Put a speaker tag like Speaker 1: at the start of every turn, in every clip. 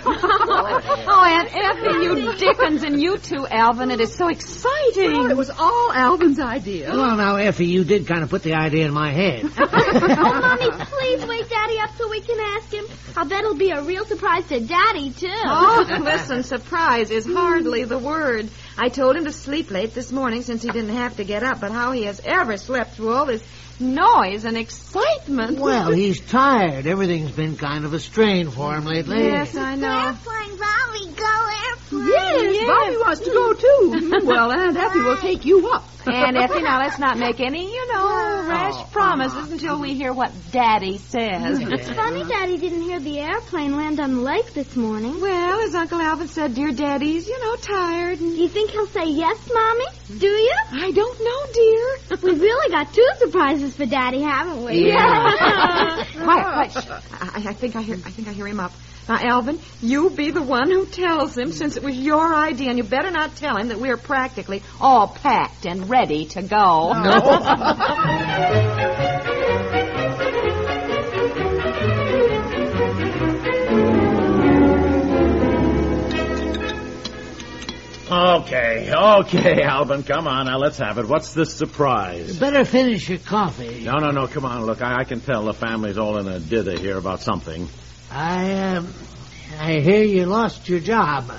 Speaker 1: Oh, Aunt Effie, you Dickens, and you too, Alvin. It is so exciting.
Speaker 2: Oh, it was all Alvin's idea.
Speaker 3: Well, now, Effie, you did kind of put the idea in my head.
Speaker 4: Oh, Mommy, please wake Daddy up so we can ask him. I'll bet it'll be a real surprise to Daddy, too.
Speaker 1: Oh, listen, surprise is hardly the word. I told him to sleep late this morning since he didn't have to get up, but how he has ever slept through all this noise and excitement.
Speaker 3: well, he's tired. Everything's been kind of a strain for him lately.
Speaker 1: Yes, I know.
Speaker 4: Airplane, Bobby, go airplane.
Speaker 2: Yes, Bobby wants to go too. well, Aunt Effie will take you up.
Speaker 1: Aunt Effie, now let's not make any, you know, rash promises until we hear what Daddy says.
Speaker 4: It's funny Daddy didn't hear the airplane land on the lake this morning.
Speaker 1: Well, as Uncle Alvin said, dear Daddy's, you know, tired.
Speaker 4: Do you think he'll say yes, Mommy? Do you?
Speaker 1: I don't know, dear.
Speaker 4: We've really got two surprises for Daddy, haven't we?
Speaker 1: Yeah. quiet, quiet. Shh. I, I think I hear. I think I hear him up. Now, Alvin, you be the one who tells him, since it was your idea, and you better not tell him that we are practically all packed and ready to go.
Speaker 5: Okay, okay, Alvin, come on now, let's have it. What's this surprise?
Speaker 3: Better finish your coffee.
Speaker 5: No, no, no, come on, look, I, I can tell the family's all in a dither here about something.
Speaker 3: I, um, I hear you lost your job.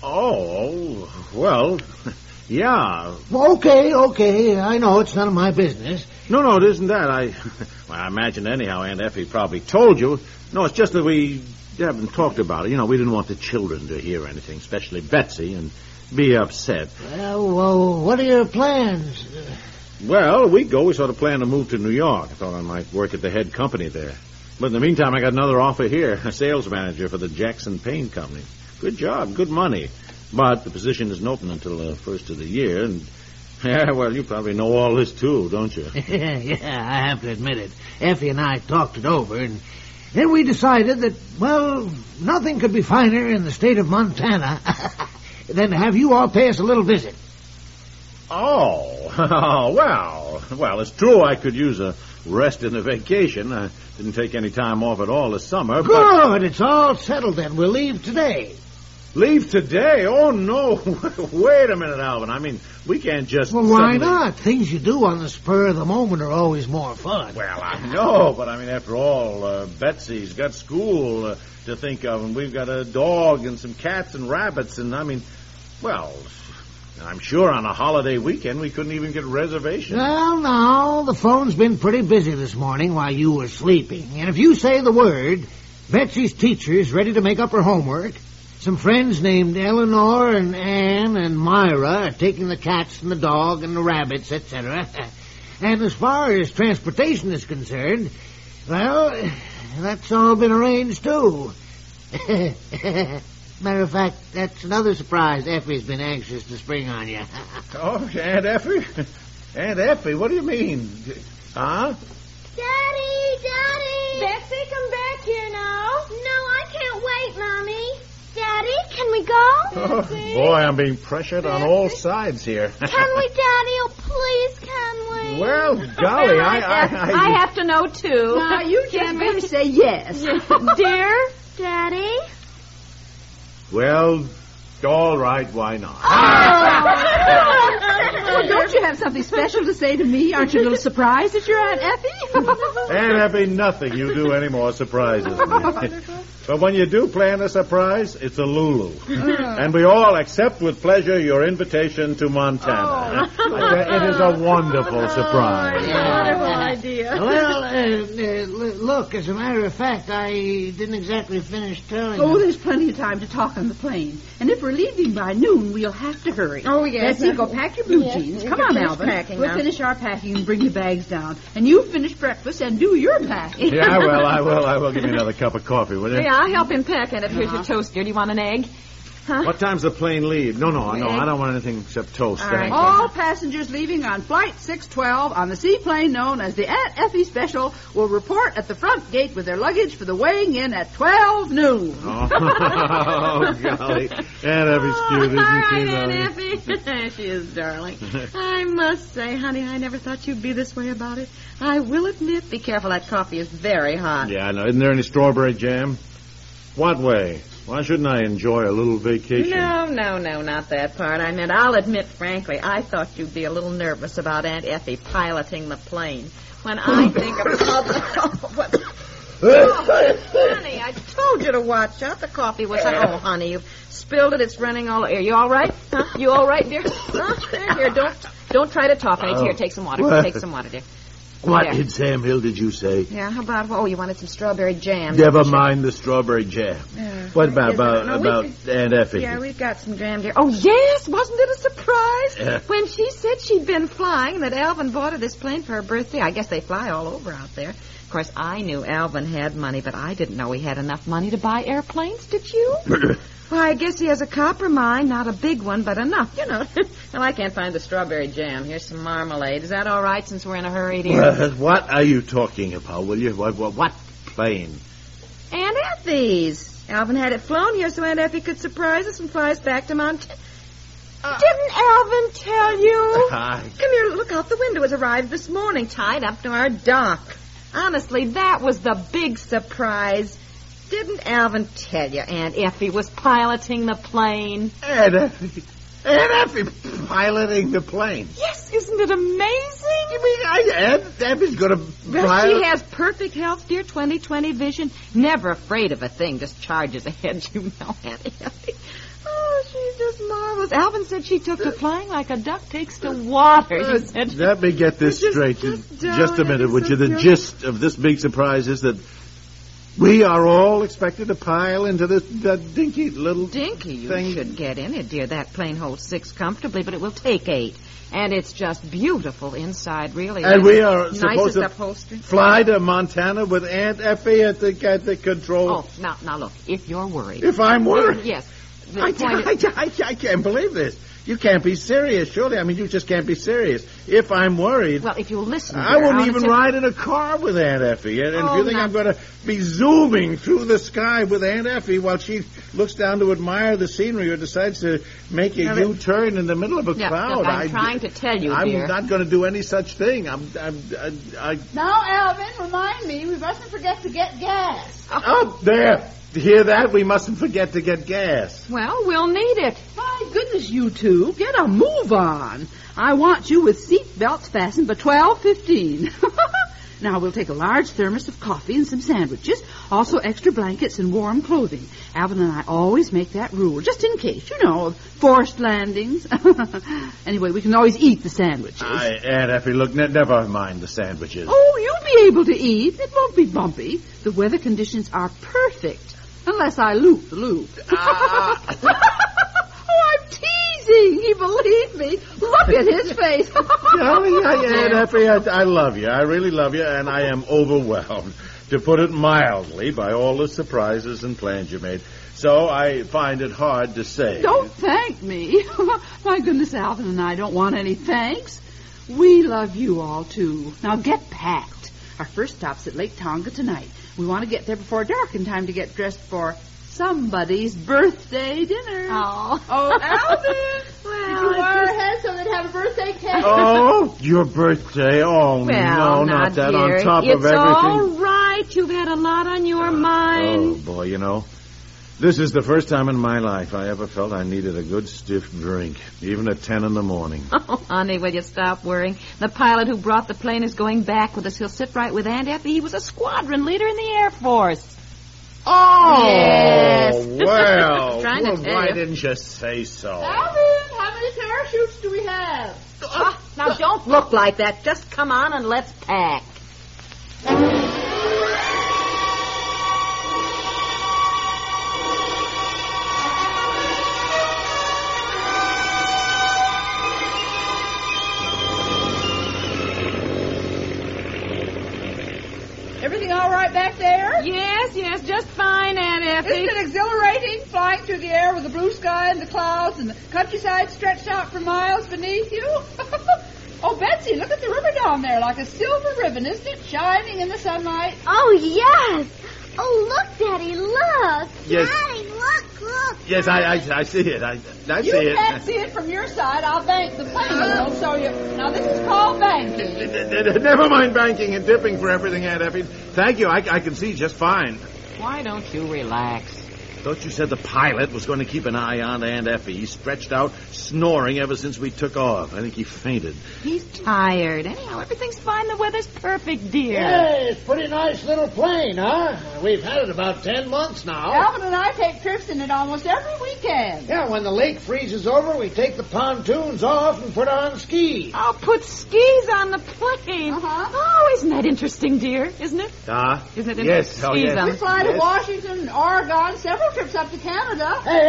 Speaker 5: Oh, well, yeah.
Speaker 3: Okay, okay. I know it's none of my business.
Speaker 5: No, no, it isn't that. I, well, I imagine anyhow Aunt Effie probably told you. No, it's just that we haven't talked about it. You know, we didn't want the children to hear anything, especially Betsy, and be upset.
Speaker 3: Well, well what are your plans?
Speaker 5: Well, a week ago we sort of planned to move to New York. I thought I might work at the head company there. But in the meantime, I got another offer here, a sales manager for the Jackson Paint Company. Good job, good money. But the position isn't open until the first of the year, and yeah, well, you probably know all this too, don't you?
Speaker 3: yeah, I have to admit it. Effie and I talked it over, and then we decided that, well, nothing could be finer in the state of Montana than to have you all pay us a little visit.
Speaker 5: Oh, well, well, it's true I could use a rest in the vacation. I didn't take any time off at all this summer. But
Speaker 3: Good, it's all settled then. We'll leave today.
Speaker 5: leave today? Oh no! Wait a minute, Alvin. I mean, we can't just.
Speaker 3: Well, why
Speaker 5: suddenly-
Speaker 3: not? Things you do on the spur of the moment are always more fun.
Speaker 5: Well, I know, but I mean, after all, uh, Betsy's got school uh, to think of, and we've got a dog and some cats and rabbits, and I mean, well, I'm sure on a holiday weekend we couldn't even get reservations.
Speaker 3: Well, now, the phone's been pretty busy this morning while you were sleeping. And if you say the word, Betsy's teacher is ready to make up her homework. Some friends named Eleanor and Anne and Myra are taking the cats and the dog and the rabbits, etc. And as far as transportation is concerned, well, that's all been arranged, too. Matter of fact, that's another surprise Effie's been anxious to spring on you.
Speaker 5: Oh, Aunt Effie? Aunt Effie, what do you mean? Huh?
Speaker 4: Daddy, Daddy! Betsy, come back here now. No, I can't wait, Mommy. Daddy, can we go?
Speaker 5: Oh, boy, I'm being pressured on all sides here.
Speaker 4: Can we, Daddy? Oh, please, can we?
Speaker 5: well, golly, I, I, I,
Speaker 1: I have to know too.
Speaker 2: Now, you just better say yes.
Speaker 1: dear,
Speaker 4: Daddy?
Speaker 5: Well, all right, why not?
Speaker 2: Well, don't you have something special to say to me? Aren't you a little surprised that you're Aunt Effie?
Speaker 5: Aunt Effie, nothing you do any more surprises me. but when you do plan a surprise, it's a Lulu. and we all accept with pleasure your invitation to Montana. it is a wonderful surprise.
Speaker 2: Wonderful idea.
Speaker 3: Well, uh, uh, l- look, as a matter of fact, I didn't exactly finish telling
Speaker 2: Oh,
Speaker 3: you.
Speaker 2: there's plenty of time to talk on the plane. And if we're leaving by noon, we'll have to hurry.
Speaker 1: Oh, yes.
Speaker 2: Betsy, go pack your blue jeans. Come on, Alvin. we'll finish our packing and bring your bags down. And you finish breakfast and do your packing.
Speaker 5: Yeah, I will, I will, I will. Give me another cup of coffee, will you?
Speaker 2: Uh-huh.
Speaker 1: yeah, I'll help him pack. And if here's your toast, dear. Do you want an egg? Huh?
Speaker 5: What time's the plane leave? No, no, no.
Speaker 2: Egg.
Speaker 5: I don't want anything except toast.
Speaker 2: All,
Speaker 5: thank
Speaker 2: right.
Speaker 5: you.
Speaker 1: Oh.
Speaker 2: All passengers leaving on Flight 612 on the seaplane known as the Aunt Effie Special will report at the front gate with their luggage for the weighing in at 12 noon.
Speaker 5: Oh, golly. Aunt Effie's cute, isn't
Speaker 1: Oh, All right,
Speaker 5: she,
Speaker 1: Aunt
Speaker 5: Effie?
Speaker 1: Effie. she is darling. I must say, honey, I never thought you'd be this way about it. I will admit. Be careful, that coffee is very hot.
Speaker 5: Yeah, I know. Isn't there any strawberry jam? What way? Why shouldn't I enjoy a little vacation?
Speaker 1: No, no, no, not that part. I meant, I'll admit frankly, I thought you'd be a little nervous about Aunt Effie piloting the plane. When I think of public... Oh, what... Oh, honey, I told you to watch out. The coffee was... Oh, honey, you've spilled it. It's running all... Are you all right? Huh? You all right, dear? Huh? There, Here, don't... Don't try to talk, honey. Here, take some water.
Speaker 5: What?
Speaker 1: Take some water, dear.
Speaker 5: What
Speaker 1: Yeah.
Speaker 5: did Sam Hill did you say?
Speaker 1: Yeah, how about... Oh, you wanted some strawberry jam.
Speaker 5: Never mind the strawberry jam. what about
Speaker 1: Yes, I
Speaker 5: about,
Speaker 1: don't know. We
Speaker 5: about Aunt Effie?
Speaker 1: Yeah, we've got some jam here. Oh, yes! Wasn't it a surprise?
Speaker 5: Yeah.
Speaker 1: When she said she'd been flying, that Alvin bought her this plane for her birthday. I guess they fly all over out there. Of course, I knew Alvin had money, but I didn't know he had enough money to buy airplanes, did you? Well, I guess he has a copper mine, not a big one, but enough, you know. well, I can't find the strawberry jam. Here's some marmalade. Is that all right since we're in a hurry, dear?
Speaker 5: Uh, what are you talking about, will you? What, what, what plane?
Speaker 1: Aunt Effie's. Alvin had it flown here so Aunt Effie could surprise us and fly us back to Mont. Didn't Alvin tell you?
Speaker 5: I
Speaker 1: Come here, look out the window. It arrived this morning, tied up to our dock. Honestly, that was the big surprise. Didn't Alvin tell you Aunt Effie was piloting the plane?
Speaker 5: Aunt Effie. Aunt Effie piloting the plane.
Speaker 1: Yes, isn't it amazing?
Speaker 5: You mean I, Aunt Effie's going to
Speaker 1: Well,
Speaker 5: pilot?
Speaker 1: she has perfect health, dear 20/20 vision. Never afraid of a thing, just charges ahead, you know, Aunt Effie. Oh, she's just marvelous. Alvin said she took to flying like a duck takes to water. He said
Speaker 5: Let me get this
Speaker 1: Just-
Speaker 5: straight.
Speaker 1: just
Speaker 5: Just,
Speaker 1: don't.
Speaker 5: a minute,
Speaker 1: It's
Speaker 5: would
Speaker 1: so
Speaker 5: you? The
Speaker 1: beautiful.
Speaker 5: gist of this big surprise is that we are all expected to pile into this that dinky little.
Speaker 1: Dinky, you
Speaker 5: Thing-
Speaker 1: should get in it, dear. That plane holds six comfortably, but it will take eight. And it's just beautiful inside, really.
Speaker 5: and we are
Speaker 1: nicest
Speaker 5: supposed to
Speaker 1: upholstery.
Speaker 5: fly to Montana with Aunt Effie at the at the control.
Speaker 1: Oh, now, now look. If you're worried,
Speaker 5: If I'm worried,
Speaker 1: yes. The
Speaker 5: I,
Speaker 1: point
Speaker 5: I,
Speaker 1: is-
Speaker 5: I, I can't believe this. You can't be serious, surely. I mean, you just can't be serious. If I'm worried.
Speaker 1: well, if you'll listen,
Speaker 5: I
Speaker 1: dear,
Speaker 5: wouldn't
Speaker 1: I'll
Speaker 5: even
Speaker 1: attend-
Speaker 5: ride in a car with Aunt Effie. And, and if
Speaker 1: Oh,
Speaker 5: you think
Speaker 1: now-
Speaker 5: I'm going to be zooming through the sky with Aunt Effie while she looks down to admire the scenery or decides to make a
Speaker 1: Now,
Speaker 5: U turn in the middle of a
Speaker 1: Yeah,
Speaker 5: cloud,
Speaker 1: look, I'm
Speaker 5: I-
Speaker 1: trying to tell you,
Speaker 5: I'm
Speaker 1: dear.
Speaker 5: not going to do any such thing. I'm. I'm I, I,
Speaker 2: Now, Alvin, remind me, we mustn't forget to get gas.
Speaker 1: Oh.
Speaker 5: up oh, there. Hear that? We mustn't forget to get gas.
Speaker 1: Well, we'll need it.
Speaker 2: My goodness, you two, get a move on. I want you with seat belts fastened by 1215. now, we'll take a large thermos of coffee and some sandwiches, also extra blankets and warm clothing. Alvin and I always make that rule, just in case, you know, of forced landings. anyway, we can always eat the sandwiches.
Speaker 5: I, Aunt Effie, look, ne- never mind the sandwiches.
Speaker 2: Oh, you'll be able to eat. It won't be bumpy. The weather conditions are perfect. Unless I loop the loop. oh, I'm teasing. He believed me. Look at his face. Oh,
Speaker 5: Golly, I, Aunt Effie, I, I love you. I really love you, and I am overwhelmed, to put it mildly, by all the surprises and plans you made. So I find it hard to say.
Speaker 2: Don't thank me. My goodness, Alvin and I don't want any thanks. We love you all, too. Now get packed. Our first stop's at Lake Tonga tonight. We want to get there before dark in time to get dressed for somebody's birthday dinner.
Speaker 1: Oh.
Speaker 2: Oh, Alvin!
Speaker 1: Well,
Speaker 2: Did you
Speaker 1: it's-
Speaker 2: wire ahead so they'd have a birthday cake?
Speaker 5: Oh, your birthday. Oh,
Speaker 1: well,
Speaker 5: no,
Speaker 1: now,
Speaker 5: not that.
Speaker 1: dear,
Speaker 5: on top
Speaker 1: it's
Speaker 5: of everything.
Speaker 1: all right. You've had a lot on your
Speaker 5: Oh,
Speaker 1: mind.
Speaker 5: boy, you know. This is the first time in my life I ever felt I needed a good stiff drink, even at 10 in the morning.
Speaker 1: Oh, honey, will you stop worrying? The pilot who brought the plane is going back with us. He'll sit right with Aunt Effie. He was a squadron leader in the Air Force.
Speaker 5: Oh,
Speaker 1: Yes.
Speaker 5: well.
Speaker 1: Trying to
Speaker 5: well,
Speaker 1: tell
Speaker 5: why
Speaker 1: you.
Speaker 5: didn't you say so?
Speaker 4: Oh.
Speaker 2: Alvin, how many parachutes do we have?
Speaker 1: Ah, now don't look like that. Just come on and let's pack.
Speaker 2: Everything all right back there? Yes, yes, just fine, Aunt Effie.
Speaker 1: Isn't it exhilarating flying through the air with the blue sky and the clouds and the countryside stretched out for miles beneath you? oh, Betsy, look at the river down there like a silver ribbon, isn't it? Shining in the sunlight.
Speaker 4: Oh, yes. Oh, look, Daddy, look.
Speaker 5: Yes.
Speaker 4: Daddy, look, look.
Speaker 5: Yes, I, I, I see it. I, I see
Speaker 1: you can't
Speaker 5: it.
Speaker 1: see it from your side. I'll bank the plane, you know, so you. Now, this is called banking.
Speaker 5: Never mind banking and tipping for everything, Aunt Effie. Thank you. I, I can see just fine.
Speaker 6: Why don't you relax?
Speaker 5: Thought you said the pilot was going to keep an eye on Aunt Effie. He stretched out, snoring ever since we took off. I think he fainted.
Speaker 2: He's tired. Anyhow, everything's fine. The weather's perfect, dear.
Speaker 3: Hey, it's a pretty nice little plane, huh? We've had it about ten months now.
Speaker 1: Alvin and I take trips in it almost every weekend.
Speaker 3: Yeah, when the lake freezes over, we take the pontoons off and put on skis.
Speaker 2: Oh, put skis on the plane.
Speaker 1: Uh-huh.
Speaker 2: Oh, isn't that interesting, dear? Isn't it?
Speaker 5: Ah?
Speaker 2: Isn't it
Speaker 5: Yes,
Speaker 2: interesting?
Speaker 5: oh,
Speaker 2: skis
Speaker 5: yes.
Speaker 2: on
Speaker 1: We
Speaker 2: the
Speaker 1: fly to
Speaker 5: Yes.
Speaker 1: Washington and Oregon, several trips up to Canada.
Speaker 3: Hey,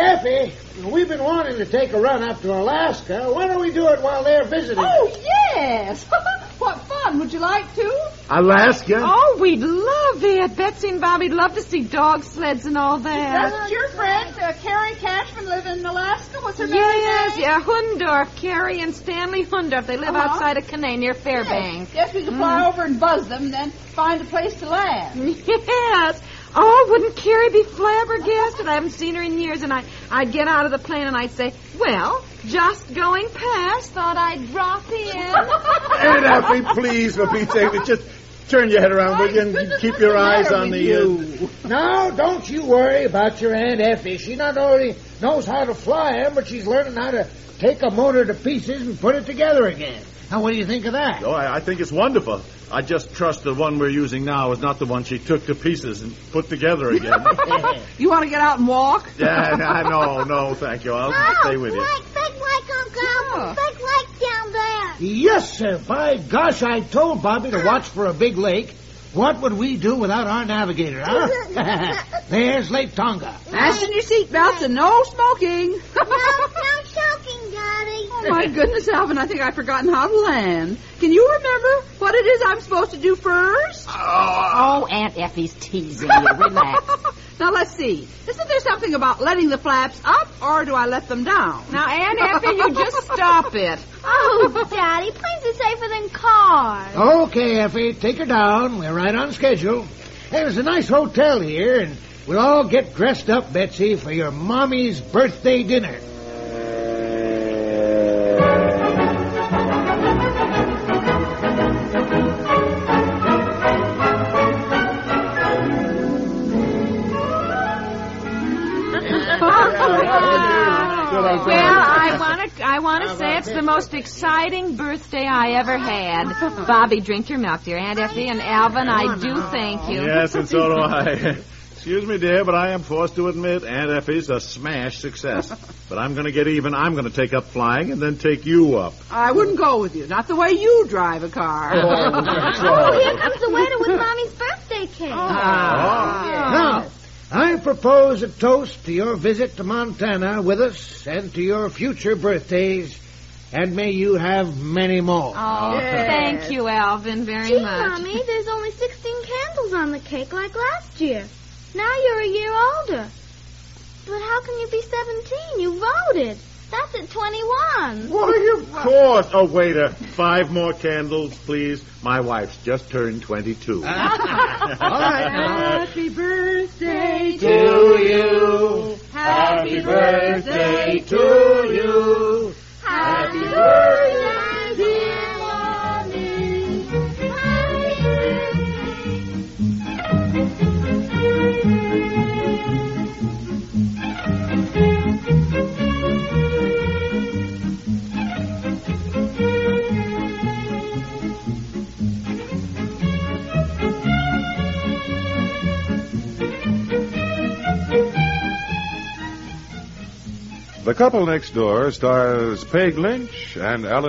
Speaker 3: Effie, we've been wanting to take a run up to Alaska. Why don't we do it while they're visiting?
Speaker 1: Oh, yes! what fun! Would you like to?
Speaker 5: Alaska?
Speaker 2: Oh, we'd love it. Betsy and Bobby'd love to see dog sleds and all that.
Speaker 1: Doesn't your friend uh, Carrie Cashman live in Alaska? What's her name?
Speaker 2: Yes, yeah, Hundorf, Carrie and Stanley Hundorf. They live
Speaker 1: Uh-huh.
Speaker 2: outside of Canaan near Fairbanks.
Speaker 1: Yes, we could fly over and buzz them, then find a place to land.
Speaker 2: Yes. Oh, wouldn't Carrie be flabbergasted? I haven't seen her in years, and I, I'd get out of the plane and I'd say, well, just going past, thought I'd drop in.
Speaker 5: Aunt Effie, please, for Pete's sake, just turn your head around, will you, and keep your eyes on the... Uh,
Speaker 3: Now, don't you worry about your Aunt Effie. She not only knows how to fly 'em, but she's learning how to take a motor to pieces and put it together again. Now, what do you think of that?
Speaker 5: oh, I, I think it's wonderful. I just trust the one we're using now is not the one she took to pieces and put together again.
Speaker 1: You want to get out and walk?
Speaker 5: yeah, no, no, thank you. I'll
Speaker 2: Oh,
Speaker 5: stay with you.
Speaker 4: like, think like Uncle Alvin. Think like down there.
Speaker 3: Yes, sir. By gosh, I told Bobby to watch for a big lake. What would we do without our navigator, huh? There's Lake Tonga.
Speaker 1: Fasten your seatbelts and no smoking.
Speaker 4: No, no choking, Daddy.
Speaker 1: Oh my goodness, Alvin, I think I've forgotten how to land. Can you remember what it is I'm supposed to do first?
Speaker 6: Oh, Aunt Effie's teasing you. Relax.
Speaker 1: now let's see. Isn't there something about letting the flaps up, or do I let them down?
Speaker 2: now, Aunt Effie, you just stop it.
Speaker 4: Oh, Daddy, planes are safer than cars.
Speaker 3: Okay, Effie, take her down. We're right on schedule. Hey, there's a nice hotel here, and we'll all get dressed up, Betsy, for your mommy's birthday dinner.
Speaker 2: Well, I want to. I want to say it's the most exciting birthday I ever had. Bobby, drink your milk, dear Aunt Effie and Alvin. I do thank you.
Speaker 5: Yes, and so do I. Excuse me, dear, but I am forced to admit Aunt Effie's a smash success. But I'm going to get even. I'm going to take up flying and then take you up.
Speaker 1: I wouldn't go with you. Not the way you drive a car.
Speaker 4: Oh, here comes the waiter with Mommy's birthday cake.
Speaker 3: Now, I propose a toast to your visit to Montana with us and to your future birthdays, and may you have many more.
Speaker 2: Oh, thank you, Alvin, very
Speaker 4: Gee,
Speaker 2: much.
Speaker 4: Mommy, there's only 16 candles on the cake like last year. Now you're a year older. But how can you be 17? You voted. That's at 21.
Speaker 5: Why, of course. Oh, waiter, five more candles, please. My wife's just turned 22.
Speaker 3: All right.
Speaker 1: Happy birthday to
Speaker 3: you.
Speaker 1: Happy birthday
Speaker 3: to you.
Speaker 4: Happy birthday, dear Mommy. Happy birthday.
Speaker 7: The Couple Next Door stars Peg Lynch and Alan.